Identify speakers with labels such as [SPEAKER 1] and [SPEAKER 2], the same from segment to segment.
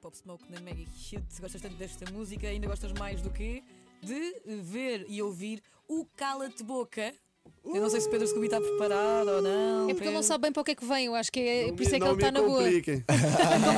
[SPEAKER 1] Pop Smoke na Maggie Hughes. Gostas tanto desta música, ainda gostas mais do que de ver e ouvir o Cala-te Boca. Eu não sei se Pedro Scooby está preparado ou não.
[SPEAKER 2] É porque ele
[SPEAKER 1] Pedro.
[SPEAKER 2] não sabe bem para o que é que vem, eu acho que é por isso é que
[SPEAKER 3] um não
[SPEAKER 2] ele está
[SPEAKER 3] me
[SPEAKER 2] na boa. Então
[SPEAKER 3] compliquem.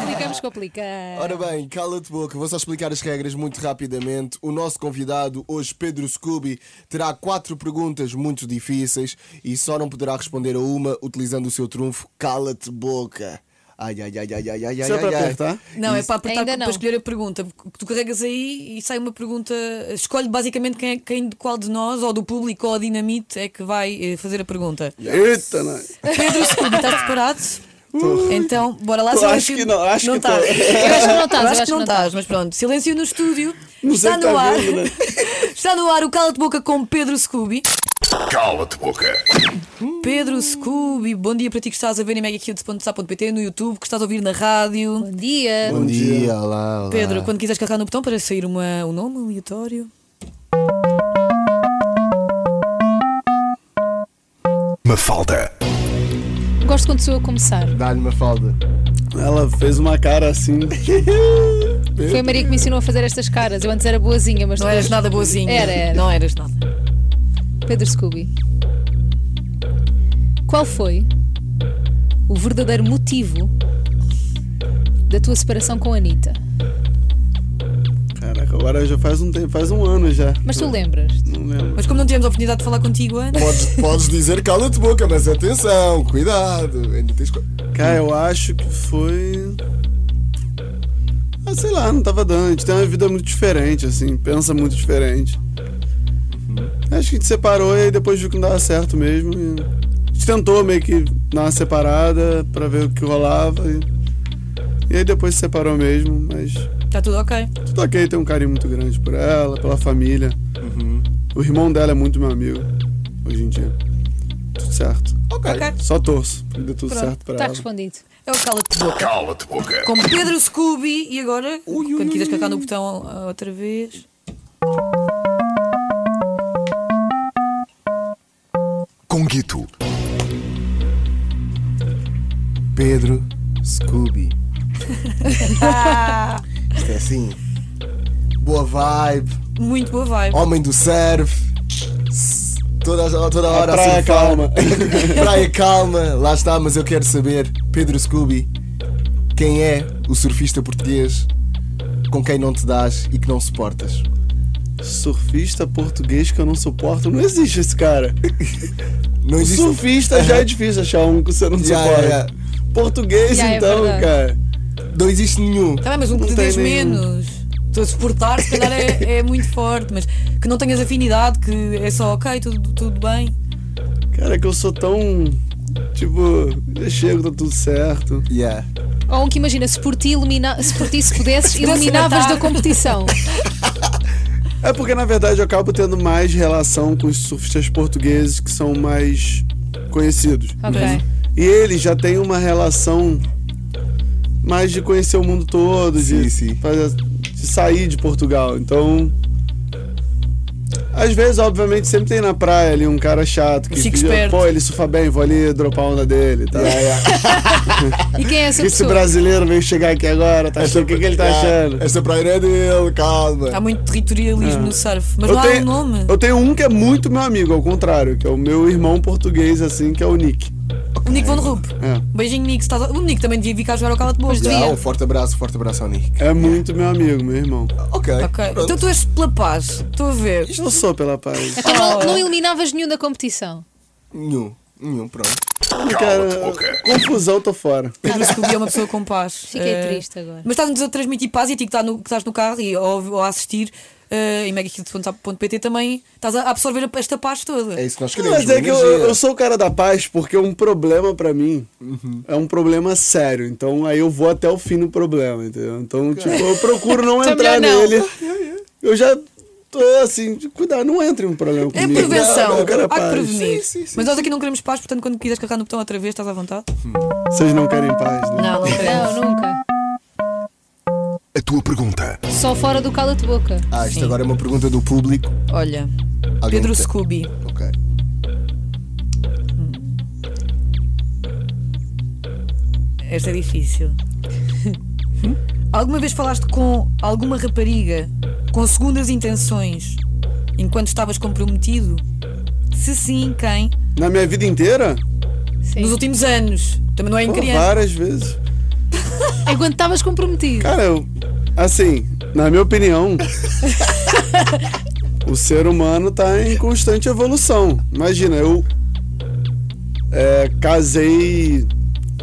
[SPEAKER 2] Complicamos, complica.
[SPEAKER 4] Ora bem, cala-te boca, vou só explicar as regras muito rapidamente. O nosso convidado hoje, Pedro Scooby, terá quatro perguntas muito difíceis e só não poderá responder a uma utilizando o seu trunfo cala-te boca. Ai, ai, ai, ai, ai, ai,
[SPEAKER 3] Isso é
[SPEAKER 4] ai,
[SPEAKER 3] para
[SPEAKER 4] ai.
[SPEAKER 3] apertar?
[SPEAKER 1] Não, é para apertar
[SPEAKER 2] Ainda
[SPEAKER 1] para
[SPEAKER 2] não.
[SPEAKER 1] escolher a pergunta. porque Tu carregas aí e sai uma pergunta. Escolhe basicamente quem, é- quem de qual de nós, ou do público, ou a dinamite, é que vai eh, fazer a pergunta.
[SPEAKER 3] Eita, né? não.
[SPEAKER 1] Pedro Scooby, estás preparado? Então, bora lá.
[SPEAKER 3] Tô,
[SPEAKER 1] silêncio-
[SPEAKER 3] acho que não, acho que
[SPEAKER 1] estás.
[SPEAKER 3] tô.
[SPEAKER 2] Eu acho que não tá. estás,
[SPEAKER 1] Eu
[SPEAKER 2] eu
[SPEAKER 1] tá. acho que não tá. estás, mas pronto. Silêncio no estúdio.
[SPEAKER 3] Não sei
[SPEAKER 1] Está
[SPEAKER 3] que tá
[SPEAKER 1] no ar.
[SPEAKER 3] vendo, né?
[SPEAKER 1] Está no ar o Cala de Boca com Pedro Scooby.
[SPEAKER 5] Cala-te boca.
[SPEAKER 1] Pedro Scooby, bom dia para ti que estás a ver em megakids.sa.pt no YouTube, que estás a ouvir na rádio.
[SPEAKER 2] Bom dia.
[SPEAKER 4] Bom dia, olá, olá.
[SPEAKER 1] Pedro, quando quiseres carregar no botão para sair uma, um nome aleatório.
[SPEAKER 5] Mafalda.
[SPEAKER 2] Gosto quando sou eu a começar.
[SPEAKER 4] Dá-lhe uma falda.
[SPEAKER 3] Ela fez uma cara assim.
[SPEAKER 2] Foi a Maria que me ensinou a fazer estas caras. Eu antes era boazinha, mas
[SPEAKER 1] Não
[SPEAKER 2] depois-
[SPEAKER 1] eras nada boazinha.
[SPEAKER 2] Era, era.
[SPEAKER 1] Não eras nada.
[SPEAKER 2] Pedro Scooby. Qual foi o verdadeiro motivo da tua separação com a Anitta?
[SPEAKER 3] Caraca, agora já faz um tempo, faz um ano já.
[SPEAKER 2] Mas tu lembras?
[SPEAKER 3] Não lembro.
[SPEAKER 1] Mas como não tivemos a oportunidade de falar contigo antes,
[SPEAKER 4] Podes, podes dizer cala-te boca, mas atenção, cuidado. Ainda tens. co-
[SPEAKER 3] Cara, eu acho que foi. Ah, sei lá, não tava dando. A gente tem uma vida muito diferente, assim, pensa muito diferente.
[SPEAKER 2] Uhum.
[SPEAKER 3] Acho que a gente separou e aí depois viu que não dava certo mesmo. e A gente tentou meio que dar uma separada pra ver o que rolava. E, e aí depois se separou mesmo, mas
[SPEAKER 1] está tudo ok.
[SPEAKER 3] tudo ok, tem um carinho muito grande por ela, pela família. O irmão dela é muito meu amigo hoje em dia. Tudo certo.
[SPEAKER 4] Ok.
[SPEAKER 1] Ok.
[SPEAKER 3] Só torço pra que dê tudo
[SPEAKER 1] Pronto,
[SPEAKER 3] certo pra
[SPEAKER 2] Está
[SPEAKER 3] ela.
[SPEAKER 2] tá respondido.
[SPEAKER 1] É o Cala-te Boca.
[SPEAKER 5] Cala-te boca.
[SPEAKER 1] Com Pedro Scooby e agora, quando quiseres carregar no botão ah, outra vez.
[SPEAKER 5] Conguito.
[SPEAKER 4] Pedro Scooby. Isto é assim. Boa vibe,
[SPEAKER 1] Muito boa vibe.
[SPEAKER 4] homem do surf. s- Toda, toda hora
[SPEAKER 3] praia
[SPEAKER 4] a surfar.
[SPEAKER 3] calma.
[SPEAKER 4] praia calma, lá está, mas eu quero saber, Pedro Scooby, quem é o surfista português com quem não te dás e que não suportas?
[SPEAKER 3] Surfista português que eu não suporto. Não existe esse cara.
[SPEAKER 4] Não existe.
[SPEAKER 3] Surfista já é difícil achar um que você não
[SPEAKER 4] Yeah,
[SPEAKER 3] suporta.
[SPEAKER 4] yeah,
[SPEAKER 3] Português,
[SPEAKER 2] Yeah, é
[SPEAKER 3] então,
[SPEAKER 2] verdade.
[SPEAKER 3] cara.
[SPEAKER 4] Não existe nenhum.
[SPEAKER 1] Está bem, mas um que
[SPEAKER 3] Não
[SPEAKER 1] te
[SPEAKER 3] tem
[SPEAKER 1] diz
[SPEAKER 3] nenhum.
[SPEAKER 1] menos. Estou a suportar, se calhar é, é muito forte, mas que não tenhas afinidade, que é só ok, tudo, tudo bem.
[SPEAKER 3] Cara, é que eu sou tão. Tipo, eu chego, tá tudo certo.
[SPEAKER 4] Yeah.
[SPEAKER 2] Ou um que imagina, se por ti, elimina... se, por ti se pudesses,
[SPEAKER 1] pudesse
[SPEAKER 2] eliminavas
[SPEAKER 1] matar.
[SPEAKER 2] da competição.
[SPEAKER 3] É porque, na verdade, eu acabo tendo mais relação com os surfistas portugueses que são mais conhecidos.
[SPEAKER 2] Ok.
[SPEAKER 3] E eles já têm uma relação mais de conhecer o mundo todo, de,
[SPEAKER 4] Sim, sim.
[SPEAKER 3] fazer- de sair de Portugal. Então. Às vezes, obviamente, sempre tem na praia ali um cara chato que
[SPEAKER 1] Fica
[SPEAKER 3] que-
[SPEAKER 1] esperto.
[SPEAKER 3] pô, ele surfa bem, vou ali dropar a onda dele. Tá?
[SPEAKER 4] É.
[SPEAKER 2] E quem é essa
[SPEAKER 3] Esse
[SPEAKER 2] pessoa?
[SPEAKER 3] brasileiro veio chegar aqui agora,
[SPEAKER 4] É
[SPEAKER 3] tá achando, o que, que ele tá
[SPEAKER 4] Yeah,
[SPEAKER 3] achando?
[SPEAKER 4] Esta praia não é dele, calma.
[SPEAKER 1] Há Tá muito territorialismo no surf, mas não há um nome.
[SPEAKER 3] É. eu tenho um que é muito meu amigo, ao contrário, que é o meu irmão português, assim, que é o Nick.
[SPEAKER 1] O Nico Van Rup.
[SPEAKER 3] É.
[SPEAKER 1] Beijinho, Nico. se Estás... a- O Nico também devia vir cá jogar ao Cala de Boca.
[SPEAKER 2] Pois
[SPEAKER 4] Yeah,
[SPEAKER 2] devia.
[SPEAKER 4] um forte abraço, forte abraço ao Nick.
[SPEAKER 3] É muito meu amigo, meu irmão.
[SPEAKER 4] Ok.
[SPEAKER 1] Ok.
[SPEAKER 4] pronto.
[SPEAKER 1] Então tu és pela paz. Estou a ver.
[SPEAKER 3] Eu sou pela paz.
[SPEAKER 2] Então não, não eliminavas nenhum da competição.
[SPEAKER 4] Nenhum, nenhum, pronto.
[SPEAKER 3] Não quero-
[SPEAKER 5] boca.
[SPEAKER 3] Confusão, tô fora.
[SPEAKER 1] Pedro Scooby é uma pessoa com paz.
[SPEAKER 2] Fiquei
[SPEAKER 1] Eh,
[SPEAKER 2] triste agora.
[SPEAKER 1] Mas estás-nos a transmitir paz e a ti que, tá no- que estás no carro e, ou, ou a assistir eh, em megakids.sa.pt também estás a absorver esta paz toda.
[SPEAKER 4] É isso que nós queremos.
[SPEAKER 3] Mas é
[SPEAKER 4] uma
[SPEAKER 3] que eu,
[SPEAKER 4] energia.
[SPEAKER 3] eu sou o cara da paz porque um problema pra mim é um problema sério. Então aí eu vou até o fim no problema, entendeu? Então, tipo, eu procuro não
[SPEAKER 2] Tá
[SPEAKER 3] entrar
[SPEAKER 2] melhor não.
[SPEAKER 3] nele. Eu já tô assim, cuidado, não entre em um problema
[SPEAKER 1] É
[SPEAKER 3] comigo.
[SPEAKER 1] prevenção.
[SPEAKER 3] Não, eu quero a
[SPEAKER 1] Há que
[SPEAKER 3] paz.
[SPEAKER 1] prevenir.
[SPEAKER 4] Sim, sim, sim,
[SPEAKER 1] Mas nós aqui não queremos paz, portanto, quando quiseres carregar no botão outra vez, estás à vontade?
[SPEAKER 3] Vocês não querem paz, né?
[SPEAKER 1] Não, não queremos.
[SPEAKER 2] Não, nunca.
[SPEAKER 5] A tua pergunta.
[SPEAKER 2] Só fora do cala de boca.
[SPEAKER 4] Ah, isto
[SPEAKER 1] Sim.
[SPEAKER 4] agora é uma pergunta do público.
[SPEAKER 1] Olha,
[SPEAKER 4] Alguém
[SPEAKER 1] Pedro
[SPEAKER 4] tem-
[SPEAKER 1] Scooby,
[SPEAKER 4] Ok.
[SPEAKER 1] esta é difícil. Alguma vez falaste com alguma rapariga com segundas intenções enquanto estavas comprometido? Se sim, quem?
[SPEAKER 3] Na minha vida inteira?
[SPEAKER 2] Sim.
[SPEAKER 1] Nos últimos anos. Também não é em
[SPEAKER 3] Pô,
[SPEAKER 1] criança.
[SPEAKER 3] várias vezes.
[SPEAKER 2] Enquanto estavas comprometido.
[SPEAKER 3] Cara, eu, assim, na minha opinião, o ser humano tá em constante evolução. Imagina, eu é, casei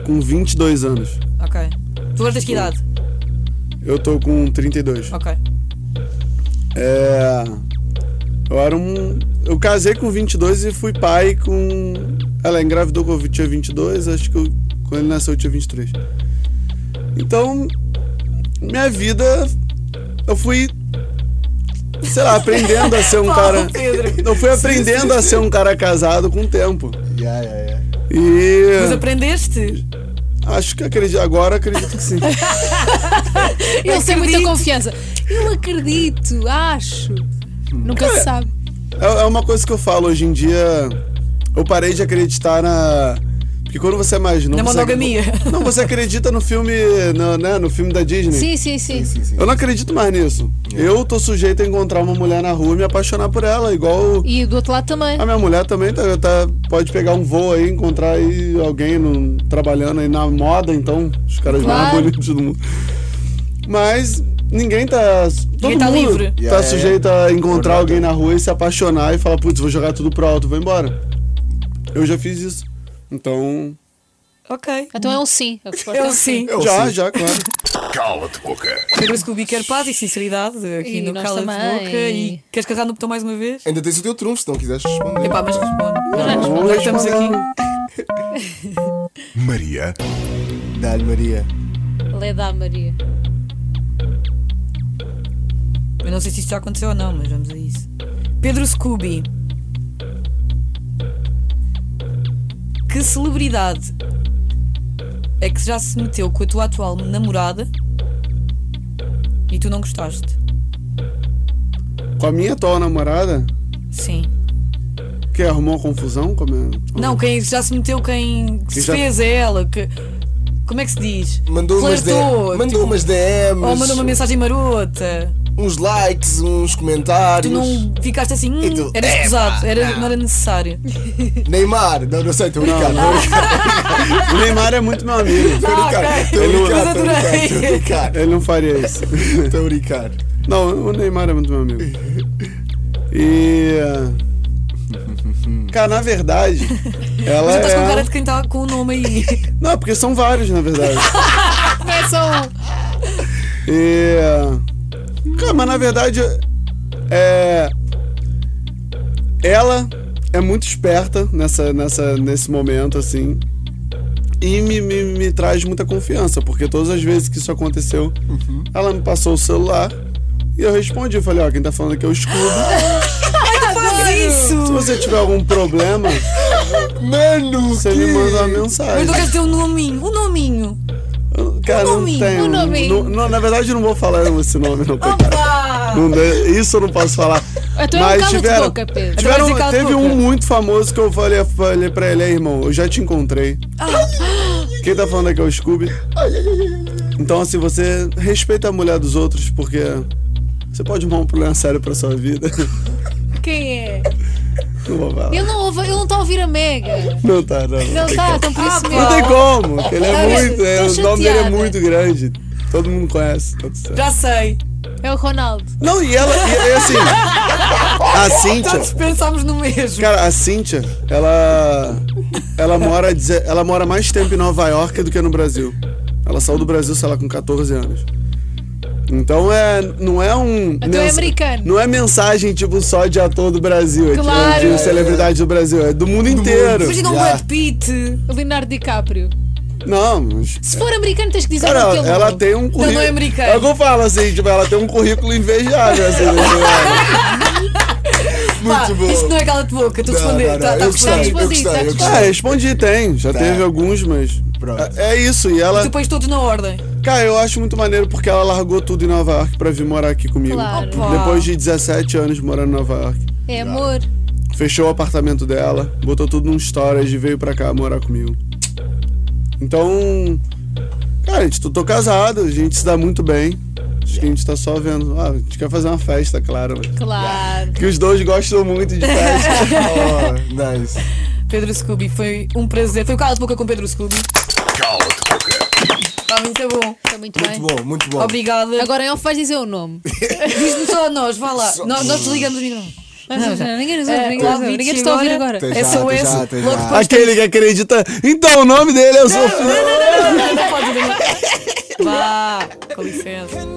[SPEAKER 3] com 22 anos.
[SPEAKER 1] Ok. Tu és das que idade?
[SPEAKER 3] Eu tô com 32.
[SPEAKER 1] Ok.
[SPEAKER 3] É, eu era um. Eu casei com 22 e fui pai com. Ela engravidou quando eu tinha 22, acho que eu- quando ele nasceu eu tinha 23. Então, minha vida, eu fui, sei lá, aprendendo a ser um
[SPEAKER 1] Paulo
[SPEAKER 3] cara.
[SPEAKER 1] Pedro.
[SPEAKER 3] Eu fui aprendendo a ser um cara casado com o tempo.
[SPEAKER 4] Yeah, yeah, yeah.
[SPEAKER 1] Mas
[SPEAKER 3] E
[SPEAKER 1] aprendeste?
[SPEAKER 3] acho que acredito, agora acredito que sim.
[SPEAKER 2] Ele tem muita
[SPEAKER 1] Acredito.
[SPEAKER 2] confiança. Eu acredito, acho. Nunca se sabe.
[SPEAKER 3] É é uma coisa que eu falo hoje em dia. Eu parei de acreditar na. Porque quando você é mais novo.
[SPEAKER 1] Na
[SPEAKER 3] você-
[SPEAKER 1] monogamia.
[SPEAKER 3] Não, você acredita no filme. No, né, no filme da Disney.
[SPEAKER 2] Sim, sim, sim.
[SPEAKER 4] Sim, sim.
[SPEAKER 3] Eu não acredito mais nisso.
[SPEAKER 1] É.
[SPEAKER 3] Eu tô sujeito a encontrar uma mulher na rua e me apaixonar por ela, igual.
[SPEAKER 2] E do outro lado também.
[SPEAKER 3] A minha mulher também tá, tá- pode pegar um voo aí, encontrar aí alguém no- trabalhando aí na moda, então. Os caras mais
[SPEAKER 2] Claro.
[SPEAKER 3] bonitos do mundo. Mas ninguém tá. Todo
[SPEAKER 1] tá
[SPEAKER 3] mundo
[SPEAKER 1] livre.
[SPEAKER 3] Tá
[SPEAKER 4] Yeah,
[SPEAKER 3] sujeito a encontrar
[SPEAKER 4] Verdade.
[SPEAKER 3] alguém na rua e se apaixonar e falar, putz, vou jogar tudo pro alto, vou embora. Eu já fiz isso. Então.
[SPEAKER 1] Ok.
[SPEAKER 2] Então é um sim. A resposta é um
[SPEAKER 1] Eu
[SPEAKER 2] sim.
[SPEAKER 1] sim.
[SPEAKER 3] já, já, claro.
[SPEAKER 5] Cala-te boca.
[SPEAKER 1] Pedro Scooby quer paz e sinceridade aqui
[SPEAKER 2] E
[SPEAKER 1] no
[SPEAKER 2] nós
[SPEAKER 1] Cala de
[SPEAKER 2] também.
[SPEAKER 1] Boca. E queres carregar no botão mais uma vez?
[SPEAKER 4] Ainda tens o teu trunfo, se não quiseres responder.
[SPEAKER 1] Epá, mas responde.
[SPEAKER 3] Vamos
[SPEAKER 1] estamos
[SPEAKER 3] responder.
[SPEAKER 5] Maria
[SPEAKER 4] Dá-lhe, Maria.
[SPEAKER 2] Leda à Maria.
[SPEAKER 1] Eu não sei se isto já aconteceu ou não, mas vamos a isso. Pedro Scooby. Que celebridade é que já se meteu com a tua atual namorada e tu não gostaste?
[SPEAKER 3] Com a minha atual namorada,
[SPEAKER 1] Sim.
[SPEAKER 3] que arrumou uma confusão é- com a minha.
[SPEAKER 1] Não, quem já se meteu, quem se
[SPEAKER 3] já-
[SPEAKER 1] fez é ela. Que... Como é que se diz?
[SPEAKER 4] Mandou umas, D-
[SPEAKER 1] Flertou,
[SPEAKER 4] mandou
[SPEAKER 1] tipo,
[SPEAKER 4] umas DMs,
[SPEAKER 1] Ou mandou uma mensagem marota.
[SPEAKER 4] uns likes, uns comentários.
[SPEAKER 1] Tu não ficaste assim, hum,
[SPEAKER 4] E tu,
[SPEAKER 1] era
[SPEAKER 4] "Epá,
[SPEAKER 1] escusado, era, não era necessário.
[SPEAKER 4] Neymar, não, não sei, estou a brincar. Estou a brincar,
[SPEAKER 3] O Neymar é muito meu amigo.
[SPEAKER 4] estou a brincar, estou a
[SPEAKER 1] ok.
[SPEAKER 4] brincar,
[SPEAKER 1] Mas
[SPEAKER 4] estou a brincar,
[SPEAKER 1] adorei.
[SPEAKER 4] estou a brincar,
[SPEAKER 3] Ele não faria isso.
[SPEAKER 4] estou a brincar.
[SPEAKER 3] Não, o Neymar é muito meu amigo. E. ah, Cara, na verdade, ela
[SPEAKER 1] Mas tu estás tá com cara
[SPEAKER 3] é.
[SPEAKER 1] de quem está com o nome aí.
[SPEAKER 3] Não, é porque são vários, na verdade.
[SPEAKER 2] Não é só um.
[SPEAKER 3] E. Cara, mas na verdade. É. Ela é muito esperta nessa, nessa, nesse momento, assim. E me, me, me traz muita confiança, porque todas as vezes que isso aconteceu, ela me passou o celular e eu respondi. Eu falei: Ó, quem tá falando aqui é o escudo.
[SPEAKER 1] Faz isso!
[SPEAKER 3] Se você tiver algum problema,
[SPEAKER 4] Mano,
[SPEAKER 3] você
[SPEAKER 4] que...
[SPEAKER 3] me manda uma
[SPEAKER 1] Mas
[SPEAKER 3] mensagem.
[SPEAKER 1] não queres ter um nominho, um nominho.
[SPEAKER 3] Eu- Cara, não
[SPEAKER 1] nominho,
[SPEAKER 3] tenho.
[SPEAKER 2] o nominho.
[SPEAKER 3] não- não, na verdade, eu não vou falar esse nome, não, coitado.
[SPEAKER 1] Opa!
[SPEAKER 3] Não dá- isso eu não posso falar.
[SPEAKER 2] Então é um
[SPEAKER 3] Mas
[SPEAKER 2] cala-te
[SPEAKER 3] tiveram,
[SPEAKER 2] boca, Pedro.
[SPEAKER 3] tiveram-
[SPEAKER 1] Então vai ser
[SPEAKER 3] teve
[SPEAKER 1] cala-te boca.
[SPEAKER 3] um muito famoso que eu falei, falei pra ele, "Ei, irmão, eu já te encontrei.
[SPEAKER 2] Ah.
[SPEAKER 3] Quem tá falando aqui é o Scooby. Então, assim, você respeita a mulher dos outros, porque você pode arrumar um problema sério pra sua vida.
[SPEAKER 2] Quem é?
[SPEAKER 3] Não vou falar.
[SPEAKER 2] Ele não ouve, ele não está a ouvir a Mega.
[SPEAKER 3] Não tá, não.
[SPEAKER 2] Não está, então por isso
[SPEAKER 3] Não tem
[SPEAKER 2] mesmo.
[SPEAKER 3] como, porque ele
[SPEAKER 2] Tá
[SPEAKER 3] é
[SPEAKER 2] vendo?
[SPEAKER 3] muito, é,
[SPEAKER 2] Tô
[SPEAKER 3] o nome dele é
[SPEAKER 2] chateada.
[SPEAKER 3] muito grande. Todo mundo conhece, tá tudo certo.
[SPEAKER 1] Já sei.
[SPEAKER 2] É o Ronaldo.
[SPEAKER 3] Não, e ela, e, e assim, Tá a
[SPEAKER 1] Já
[SPEAKER 3] Cíntia,
[SPEAKER 1] dispensámos no mesmo.
[SPEAKER 3] Cara, a Cíntia, ela. Ela mora, deze- ela mora mais tempo em Nova York do que no Brasil. Ela saiu do Brasil, sei lá, com 14 anos. Então é. Não é um.
[SPEAKER 2] Então é americano.
[SPEAKER 3] Não é mensagem, tipo, só de ator do Brasil. é, tipo,
[SPEAKER 2] Claro.
[SPEAKER 3] de celebridade do Brasil. É do mundo inteiro.
[SPEAKER 1] Imagina um
[SPEAKER 4] Já.
[SPEAKER 1] Brad Pitt.
[SPEAKER 2] O Leonardo DiCaprio.
[SPEAKER 3] Não, mas.
[SPEAKER 2] Se for americano, tens que dizer
[SPEAKER 3] Cara,
[SPEAKER 2] o teu
[SPEAKER 3] ela, ela
[SPEAKER 2] nome.
[SPEAKER 3] tem um currículo.
[SPEAKER 1] não é americano.
[SPEAKER 3] É o que eu falo, assim, tipo, ela tem um currículo invejável, assim. né?
[SPEAKER 1] Pá,
[SPEAKER 4] Muito bom.
[SPEAKER 1] isto não é cala de boca, tu
[SPEAKER 4] Não,
[SPEAKER 1] responder.
[SPEAKER 4] não, não,
[SPEAKER 1] tá, tá
[SPEAKER 4] eu
[SPEAKER 1] respondido.
[SPEAKER 4] gostei, eu
[SPEAKER 2] respondido,
[SPEAKER 4] gostei,
[SPEAKER 2] tá
[SPEAKER 4] eu
[SPEAKER 2] respondido.
[SPEAKER 3] Ah,
[SPEAKER 4] gostei.
[SPEAKER 3] respondi, tem. Já
[SPEAKER 4] Tá.
[SPEAKER 3] teve alguns, mas.
[SPEAKER 4] Pronto.
[SPEAKER 3] É é isso, e ela.
[SPEAKER 1] Tu pões todos na ordem.
[SPEAKER 3] Cara, eu acho muito maneiro porque ela largou tudo em Nova York pra vir morar aqui comigo.
[SPEAKER 2] Claro.
[SPEAKER 1] Opa.
[SPEAKER 3] Depois de 17 anos morando em Nova York.
[SPEAKER 2] É amor.
[SPEAKER 3] Fechou o apartamento dela, botou tudo num storage e veio pra cá morar comigo. Então. Cara, Cara, gente, tô, tô casado, a gente se dá muito bem. Acho que a gente tá só vendo. Ah, a gente quer fazer uma festa, claro.
[SPEAKER 2] Claro.
[SPEAKER 3] Que os dois gostam muito de festa.
[SPEAKER 4] Oh, nice.
[SPEAKER 1] Pedro Scooby, foi um prazer. Foi o Cala de Boca com Pedro Scooby.
[SPEAKER 5] Cala-te boca.
[SPEAKER 1] Está muito bom.
[SPEAKER 2] Está muito, bem.
[SPEAKER 4] Muito bom, muito bom.
[SPEAKER 1] Obrigada.
[SPEAKER 2] Agora em off vais dizer o nome.
[SPEAKER 1] Diz-me só a nós, vá lá. Nós, nós desligamos o microfone.
[SPEAKER 2] ninguém nos ouve,
[SPEAKER 1] É,
[SPEAKER 2] ninguém nos ouve. Ninguém nos está a ouvir agora.
[SPEAKER 4] Até já, até já,
[SPEAKER 1] SOS,
[SPEAKER 4] até
[SPEAKER 1] É logo
[SPEAKER 4] já.
[SPEAKER 1] depois.
[SPEAKER 3] Aquele que acredita. Então, o nome dele é o
[SPEAKER 1] Não, não, não, não, não, não, não, não pode dizer. Vá, com licença.